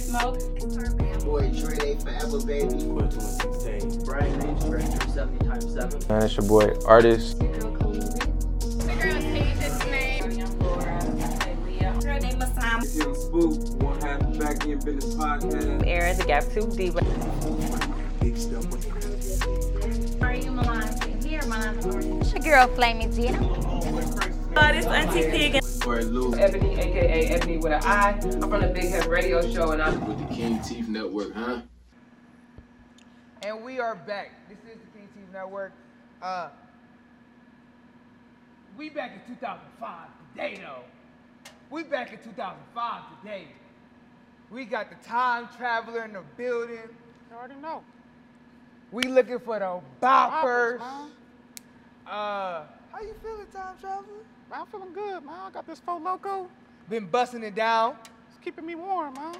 smoke. Boy, Dre, they forever, baby. Brian Mays, Director 70 times 7. Man, it's your boy artist. The girl's Tasia's name. Laura. Leah. Her name is Sam. Young Spook, one half of back in business podcast. Aaron, the Gap 2 Diva. Are you Milan? Here, Milan. It's your girl, Flaming Gina. Or Lou. Ebony, aka Ebony with an I. I'm from the Big Head Radio Show, and I'm With the King Teeth Network, huh? And we are back. This is the King Team Network. Uh, we back in 2005 today, though. We back in 2005 today. We got the time traveler in the building. You already know. We looking for the Boppers, boppers. man. Uh, how you feeling, time traveler? Man, I'm feeling good, man. I got this faux loco. Been busting it down. It's keeping me warm, man.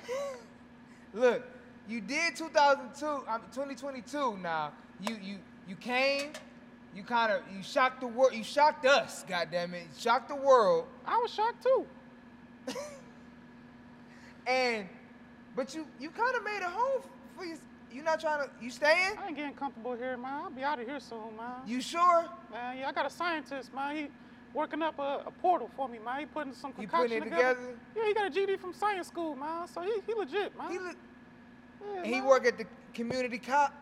Look, you did 2002, I mean 2022 now. You you you came, you kind of you shocked the world, you shocked us, goddamn it. You shocked the world. I was shocked too. And but you you kind of made a home for you. You not trying to you staying? I ain't getting comfortable here, man. I'll be out of here soon, man. You sure? man, yeah, I got a scientist, man. He working up a, a portal for me, man. He putting some He putting concoction it together? Yeah, he got a GD from science school, man. So he, he legit, man. He look, yeah, and he man. work at the community cop.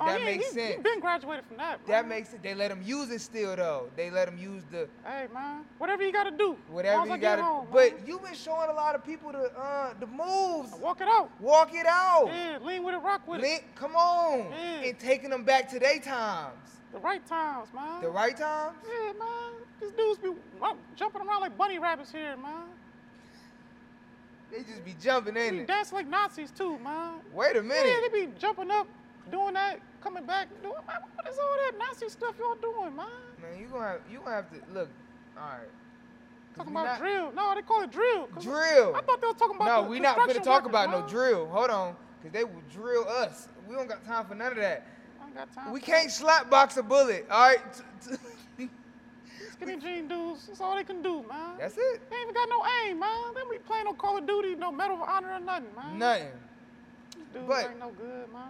Oh, That yeah, makes he, sense. He been graduated from that. That man. makes it. They let him use it still though. They let him use the Hey, man. Whatever you gotta do. whatever As long you as I get got to. home, But man. you been showing a lot of people the uh the moves. walk it out. Walk it out. Yeah, lean with it, rock with it. Link, come on. Yeah. And taking them back to their times. The right times, man. The right times? Yeah, man. These dudes be wa- jumping around like bunny rabbits here, man. They just be jumping They in be it. dancing like Nazis too, man. Wait a Yeah, minute. they be jumping up, doing that, coming back, doing man, what is all that Nazi stuff y'all doing, man? Man, you gonna have you gonna have to look, alright. Talking we about not- drill. No, they call it drill. 'cause Drill. I thought they were talking about No, the we not gonna construction talk workers, about no man. drill. Hold on. Cause they will drill us. We don't got time for none of that. I ain't got time. We for can't slap box a bullet, alright? T- t- that. Skinny jean dudes, that's all they can do, man. That's it. They ain't even got no aim, man. They don't be playing no Call of Duty, no Medal of Honor or nothing, man. Nothing. These dudes but- ain't no good, man.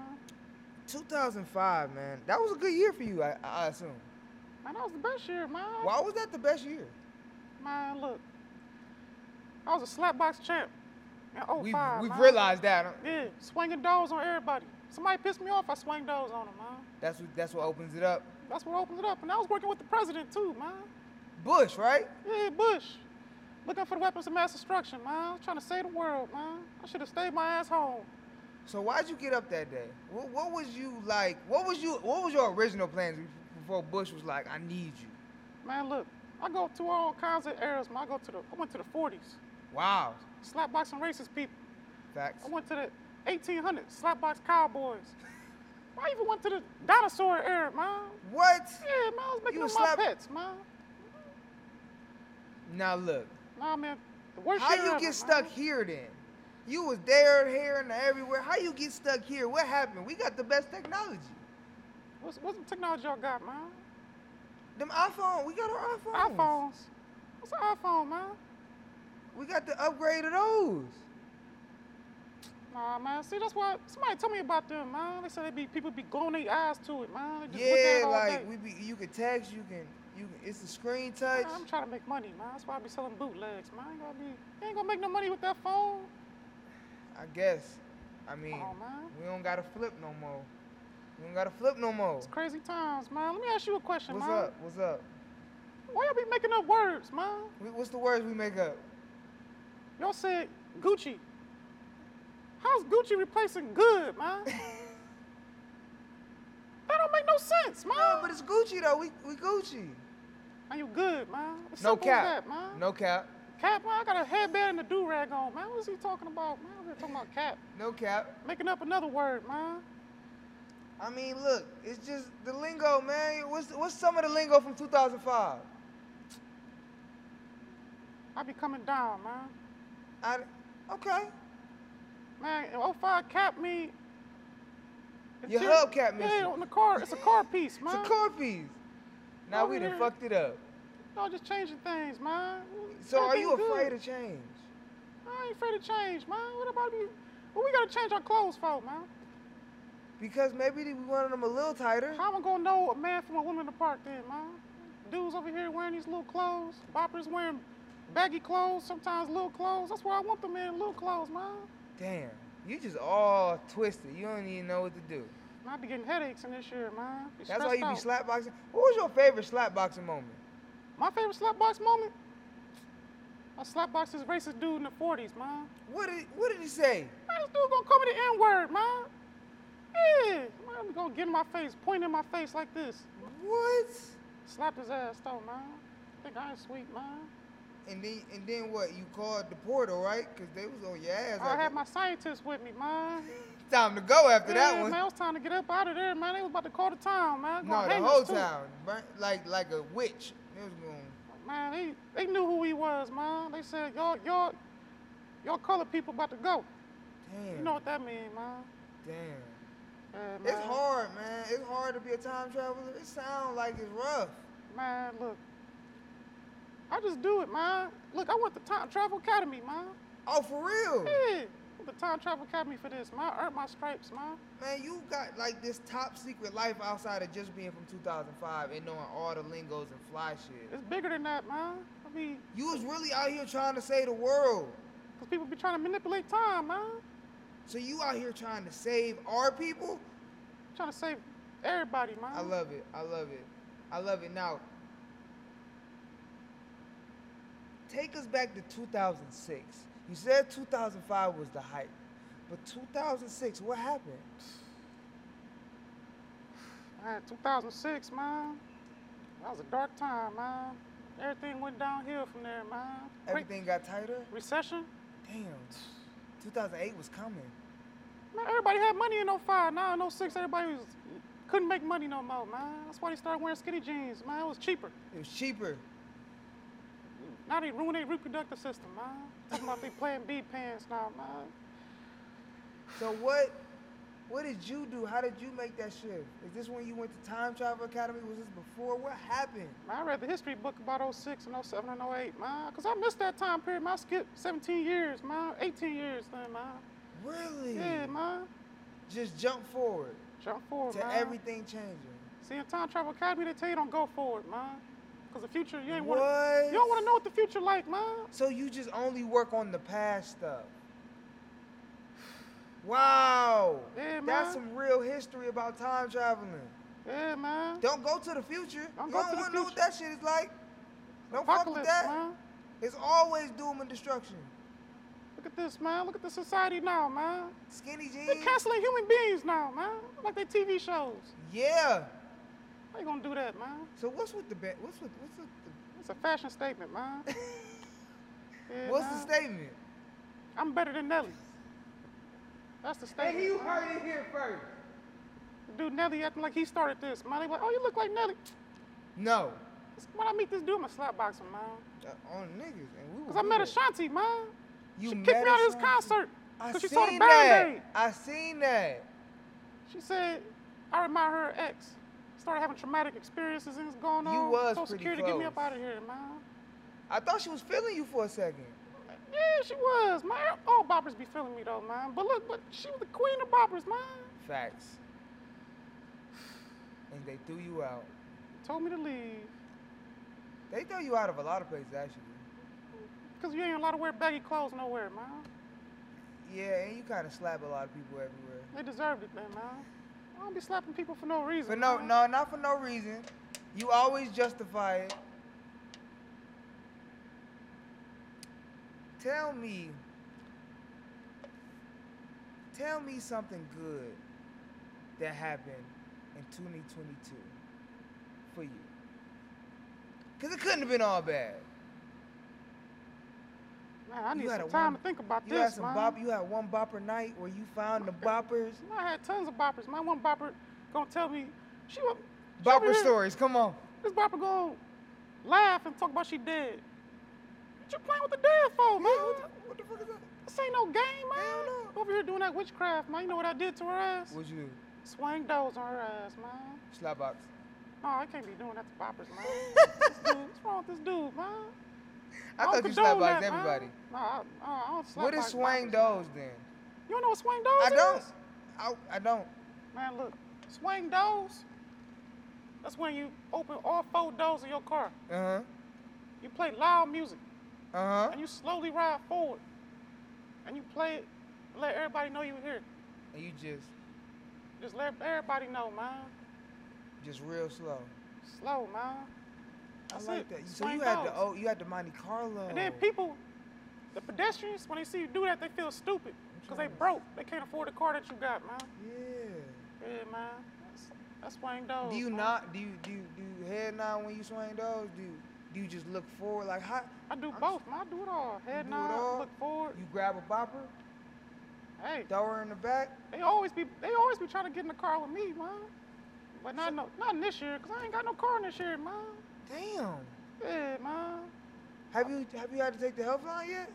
2005, man. That was a good year for you, I, I assume. Man, that was the best year, man. Why was that the best year? Man, look. I was a slapbox champ in 05. We've, we've man. realized that. huh? Yeah, swinging doors on everybody. Somebody pissed me off, I swang doors on them, man. That's what that's what opens it up. That's what opens it up. And I was working with the president, too, man. Bush, right? Yeah, Bush. Looking for the weapons of mass destruction, man. I was trying to save the world, man. I should have stayed my ass home. So why'd you get up that day? What, what was you like? What was you? What was your original plans bef- before Bush was like, "I need you"? Man, look, I go to all kinds of eras, man. I go to the, I went to the 40s, Wow, slapboxing racist people. facts. I went to the 1800s, slapbox cowboys. I even went to the dinosaur era, man. What? Yeah, man, I was making You up a slap- my pets, man. Now look, Nah, man, the worst how shit ever, you man. get stuck here then? You was there, here, and everywhere. How you get stuck here? What happened? We got the best technology. What's, what's the technology y'all got, man? Them iPhone, we got our iPhones. iPhones. What's an iPhone, man? We got the upgrade of those. Nah, man. See, that's why somebody told me about them, man. They said they be people be glowing their eyes to it, man. They just look at it Yeah, all day. like we be. You can text. You can. You. Can, it's a screen touch. Man, I'm trying to make money, man. That's why I be selling bootlegs, man. I ain't gonna be, ain't gonna make no money with that phone. I guess. I mean, Come on, man. we don't gotta flip no more. We don't gotta flip no more. It's crazy times, man. Let me ask you a question, What's man. up? What's up? Why y'all be making up words, man? We, what's the words we make up? Y'all said Gucci. How's Gucci replacing good, man? that don't make no sense, man. No, but it's Gucci though. We we Gucci. Are you good, man? It's No simple as cap. that, man. No cap. Cap, man, I got a headband and a do rag on, man. What is he talking about, man? We're talking about cap. No cap. Making up another word, man. I mean, look, it's just the lingo, man. What's what's some of the lingo from 2005? I be coming down, man. I, okay. Man, in 05 cap me. It's Your just- hubcap missing. Yeah, on the car. It's a car piece, It's man. a car piece. Now Over we done here. fucked it up. Y'all just changing things, man. So are you Everything afraid good. of change? I ain't afraid of change, man. What about you? What we gotta change our clothes for, man? Because maybe we wanted them a little tighter. How am I gonna know a man from a woman in the park then, man? Dudes over here wearing these little clothes. Boppers wearing baggy clothes, sometimes little clothes. That's where I want them in, little clothes, man. Damn, you just all twisted. You don't even know what to do. And I be getting headaches in this shit, man. Be That's why you be stressed out. slapboxing. What was your favorite slapboxing moment? My favorite slapbox moment? A slapbox is racist dude in the 40s, man. What did What did he say? Man, this dude gonna call me the N-word, man. Yeah, man, he gonna get in my face, point in my face like this. What? Slapped his ass though, man. Think I ain't sweet, man. And then and then what? You called the portal, right? Cause they was on your ass. I after- had my scientists with me, man. time to go after that Yeah, one. man, it was time to get up out of there, man. They was about to call the town, man. No, Gonna the hang whole us, too. town, burnt, like like a witch. It was going. Man, they, they knew who he was, man. They said, y'all, y'all, y'all colored people about to go. Damn. You know what that mean, man. damn. Yeah, man. It's hard, man. It's hard to be a time traveler. It sounds like it's rough. Man, look. I just do it, man. Look, I went to Time Travel Academy, man. Oh, for real, Yeah. went to Time Travel Academy for this, man. I earned my stripes, man. man. You got like this top secret life outside of just being from 2005 and knowing all the lingos and fly shit. It's bigger than that, man. I mean, You was really out here trying to save the world. because people be trying to manipulate time, man. So you out here trying to save our people? Trying to save everybody, man. I love it. I love it. I love it. Now, take us back to 2006. You said 2005 was the hype, but 2006, what happened? Man, 2006, man. That was a dark time, man. Everything went downhill from there, man. Great Everything got tighter? recession. Damn. 2008 was coming. Man, everybody had money in 05. Now in 06, everybody was, couldn't make money no more, man. That's why they started wearing skinny jeans, man. It was cheaper. It was cheaper. Now they ruin their reproductive system, man. Talking about they playing B pants now, man. So what what did you do? How did you make that shift? Is this when you went to Time Travel Academy? Was this before? What happened? Man, I read the history book about 06 and 07 and 08, man. Because I missed that time period, man. I skipped 17 years, man. 18 years then, man. Really? Yeah, Oh, man. Just jump forward Jump forward, to man. everything changing. See, in Time Travel Academy, they tell you don't go forward, man. Because the future, you ain't want What? to. You don't want to know what the future like, man. So you just only work on the past stuff. Wow. Yeah, man. That's some real history about time traveling. Yeah, man. Don't go to the future. Don't you go don't to the wanna know what future. that shit is like. Don't fuck with Apocalypse, that. man. It's always doom and destruction. Look at this, man. Look at the society now, man. Skinny They're jeans. canceling human beings now, man. Like they TV shows. Yeah. How you gonna do that, man? So what's with the ba- what's with what's with the, It's a fashion statement, man. Yeah, what's the man. statement? I'm better than Nelly. That's the statement. you heard it here first. Dude, Nelly acting like he started this, man. They like, oh, you look like Nelly. No. When I meet this dude, I'm a slapboxer, man. Uh, on niggas and we Cause were I met good. Ashanti, man. You she met kicked me out of this Ashanti? concert. I Cause she seen saw the that. band aid. I seen that. She said, I remind her of ex. Started having traumatic experiences and it's going You on. was Social pretty Security, get me up close. out of here, man. I thought she was feeling you for a second. Yeah, she was. Man, all boppers be feeling me though, man. But look, but she was the queen of boppers, man. Facts. And they threw you out. Told me to leave. They throw you out of a lot of places, actually. Cause you ain't allowed to wear baggy clothes nowhere, man. Yeah, and you kind of slap a lot of people everywhere. They deserved it then, man. I don't be slapping people for no reason. For no, man. no, not for no reason. You always justify it. Tell me. Tell me something good that happened in 2022 for you. Because it couldn't have been all bad. Man, I You need had some a time one- to think about You this, had some man. bop. You had one bopper night where you found the boppers. I had tons of boppers. My one bopper gonna tell me she wa- she over Bopper here- stories. Come on. This bopper gonna laugh and talk about she dead. What you playing with the dead for, man? What the fuck is that? This ain't no game, man. Hell no. Over here doing that witchcraft, man. You know what I did to her ass? What'd you do? Swing those on her ass, man. Slapbox. No, I can't be doing that to boppers, man. this dude, what's wrong with this dude, man? I thought you condone slapboxed that, man. everybody. No, I, I don't slap What is box swang boppers, those then? Man. You don't know what swing doors I don't. is? I, I don't. Man, look, swing doors. That's when you open all four doors of your car. Uh huh. You play loud music, Uh huh. and you slowly ride forward, and you play it, let everybody know you here. And you just, Just let everybody know, man. just real slow. Slow, man. That's I like it. that. So Swing you had the doors. oh, you had the Monte Carlo. And then people, the pedestrians, when they see you do that, they feel stupid because they tryna- broke. They can't afford the car that you got, man. Yeah. Yeah, man. That's, that's swing doors. Do you man. not? Do you do you, do you head nod when you swing those? Do you, do you just look forward like how? I do I'm both, man. I do it all. Head do it nod, all? look forward. You grab a bopper, Hey, throw her in the back. they always be they always be trying to get in the car with me, man. But not no, not this year, cause I ain't got no car this year, man. Damn. Yeah, man. Have you have you had to take the helpline yet?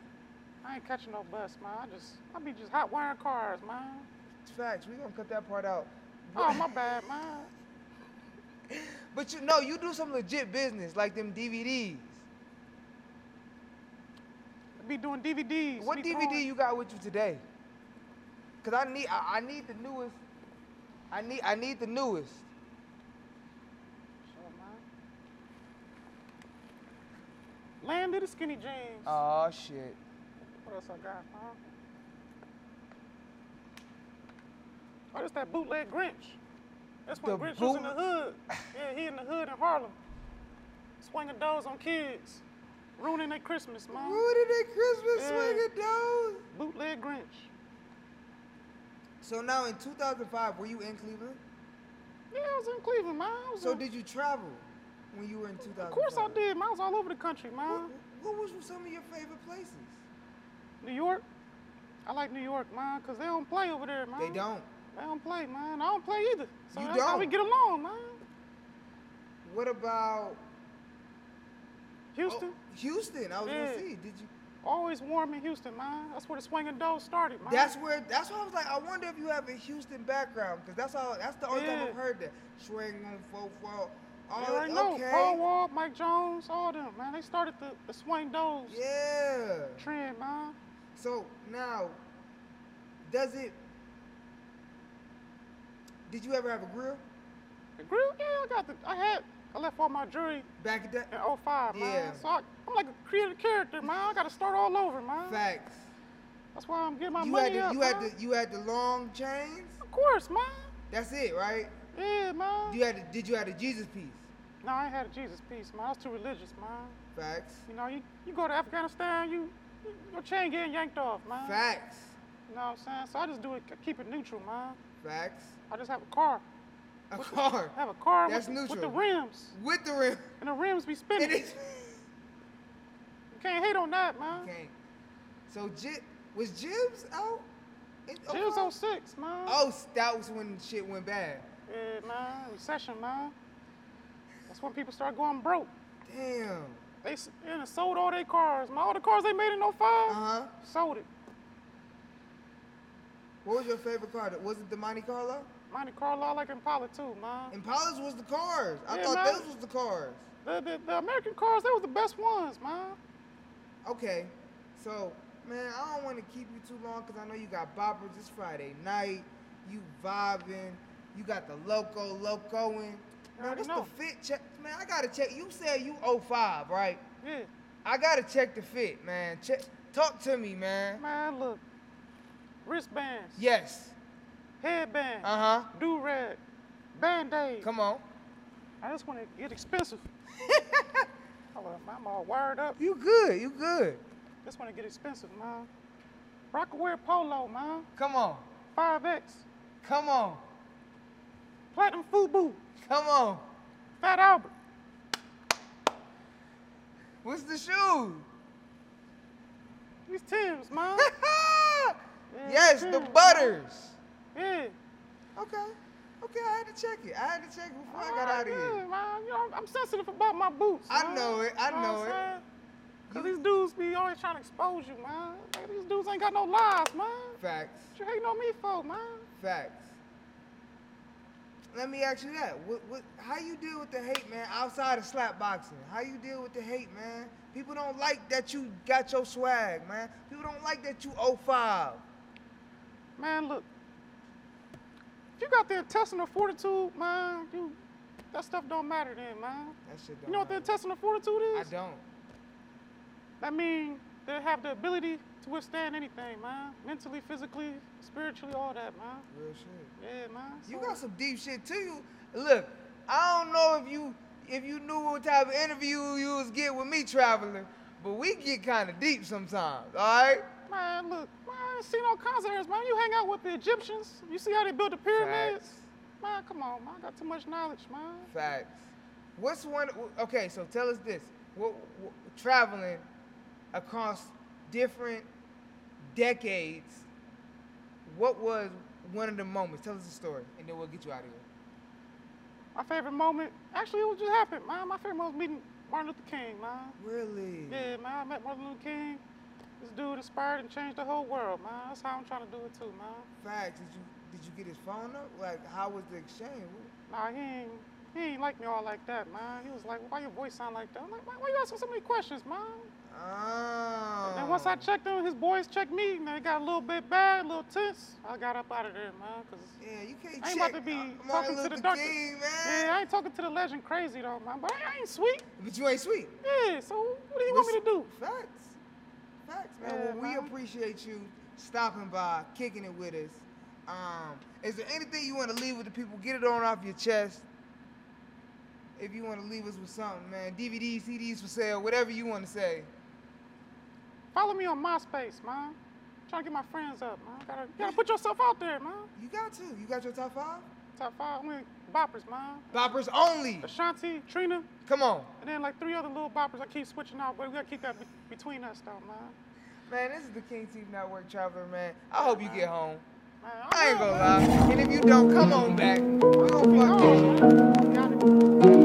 I ain't catching no bus, man. I just I be just hot wiring cars, man. It's facts. We gonna cut that part out. Oh my bad, man. But you know, you do some legit business like them DVDs. Be doing DVDs. What be DVD throwing- you got with you today? Cause I need I, I need the newest. I need I need the newest. Sure, man. Land of the skinny jeans. Oh shit. What else I got, huh? Oh, that's that bootleg Grinch. That's when The Grinch was in the boot- hood. Yeah, he in the hood in Harlem, swinging doors on kids, ruining their Christmas, man. Rooted at Christmas Yeah. swinging those. Bootleg Grinch. So now in 2005, were you in Cleveland? Yeah, I was in Cleveland, man. I was So in- did you travel when you were in 2005? Of course I did, man. I was all over the country, What, man. what was some of your favorite places? New York. I like New York, man, cause they don't play over there, man. They don't. They don't play, man. I don't play either. So You that's how we don't? get along, man. What about oh, Houston. Houston? I was Yeah. gonna see. Did you? Always warm in Houston, man. That's where the swinging doors started, man. That's where. That's why I was like, I wonder if you have a Houston background, because that's all. That's the only time Yeah. I've heard that. Swing on four four. All you already know. okay. Paul Wall, Mike Jones, all them, man. They started the, the swing doors Yeah. trend, man. So now, does it? Did you ever have a grill The grill, yeah, I got the. I had. I left all my jewelry back at in that? 05, Yeah. man. So I, I'm like a creative character, man. I got to start all over, man. Facts. That's why I'm getting my You had money the, up, you man. had the you had the long chains. Of course, man. That's it, right? Yeah, man. You had the, did you have the Jesus piece? No, I ain't had a Jesus piece, man. I was too religious, man. Facts. You know, you, you go to Afghanistan, you, you your chain getting yanked off, man. Facts. You know what I'm saying? So I just do it, I keep it neutral, man. Facts. I just have a car. A car I have a car That's with, the- with the neutral. rims, with the rim. and the rims be It spinning. is. You can't hate on that, man. Okay. So Jib was Jibs out? in She was 05? 06, man. Oh, s- that was when shit went bad. Yeah, man. Recession, man. That's when people start going broke. Damn. They s- they done sold all their cars. Man, all the cars they made in 5 Uh huh. sold it. What was your favorite car? Was it the Monte Carlo? Monte Carlo, I like Impala too, man. Impalas was the cars. I Yeah, thought man. those was the cars. The, the, the American cars, they was the best ones, man. Okay. So, man, I don't want to keep you too long because I know you got boppers. It's Friday night. You vibing. You got the loco locoing. I Man, already what's know. the fit check? Man, I gotta check. You said you 05, right? Yeah. I gotta check the fit, man. Check. Talk to me, man. Man, look. Wristbands, Yes. headbands, Uh huh. do-rag, band-aid. Come on. I just want to get expensive. I love- I'm all wired up. You good. You good. Just want to get expensive, man. Rock wear polo, man. Come on. 5X. Come on. Platinum Fubu. Come on. Fat Albert. What's the shoe? These Tim's, man. yes, the Tim's, man. butters. Yeah. Okay. Okay, I had to check it. I had to check it before I got out of Yeah, here. man. You know, I'm- I'm sensitive about my boots. I man. know it, I You what know I'm it. saying? Cause You- these dudes be always trying to expose you, man. Like, these dudes ain't got no lies, man. Facts. What you hating on me for, man? Facts. Let me ask you that. What, what, how you deal with the hate, man, outside of slap boxing? How you deal with the hate, man? People don't oh like that you got your swag, man. People don't like that you 05. Man, look. If you got the intestinal fortitude, man, you that stuff don't matter then, man. That shit don't You know what the matter. intestinal fortitude I is? don't. That means they have the ability to withstand anything, man. Mentally, physically, spiritually, all that, man. Real shit. Yeah, man. You so- got some deep shit to you. Look, I don't know if you if you knew what type of interview you was getting with me traveling, but we get kind of deep sometimes. All right. Man, look, man, I ain't seen no concerts, man. You hang out with the Egyptians. You see how they built the pyramids? Facts. Man, come on, man. I got too much knowledge, man. Facts. What's one? Okay, so tell us this. What, what traveling across different decades? What was one of the moments? Tell us the story, and then we'll get you out of here. My favorite moment, actually, it was just happened, man. My favorite moment was meeting Martin Luther King, man. Really? Yeah, man, I met Martin Luther King. This dude inspired and changed the whole world, man. That's how I'm trying to do it too, man. Facts. Did you did you get his phone up? Like, how was the exchange? Nah, he ain't, he ain't like me all like that, man. He was like, why your voice sound like that? I'm like, man, why you asking so many questions, man? Oh. And once I checked him, his boys checked me, and they got a little bit bad, a little tense. I got up out of there, man, because Yeah, you can't I ain't check about to be uh, talking Martin to Luther the darkness. King, man. Yeah, I ain't talking to the legend crazy, though, man. But I, I ain't sweet. But you ain't sweet. Yeah, so what do you want me to do? Facts. Facts, man. Yeah, well, we man. appreciate you stopping by, kicking it with us. Um, is there anything you want to leave with the people? Get it on off your chest. If you want to leave us with something, man, DVDs, CDs for sale, whatever you want to say. Follow me on MySpace, man. trying to get my friends up, man. Gotta, gotta put yourself out there, man. You got to. You got your top five? Top five, I mean, boppers, man. Boppers only. Ashanti, Trina, Come on. and then like three other little boppers I keep switching out, but we gotta keep that be- between us, though, man. Man, this is the King Team Network Traveler, man. I hope you get home. man I ain't will, gonna man. lie. And if you don't, come on back. we gonna fuck Oh, you. man. Got it.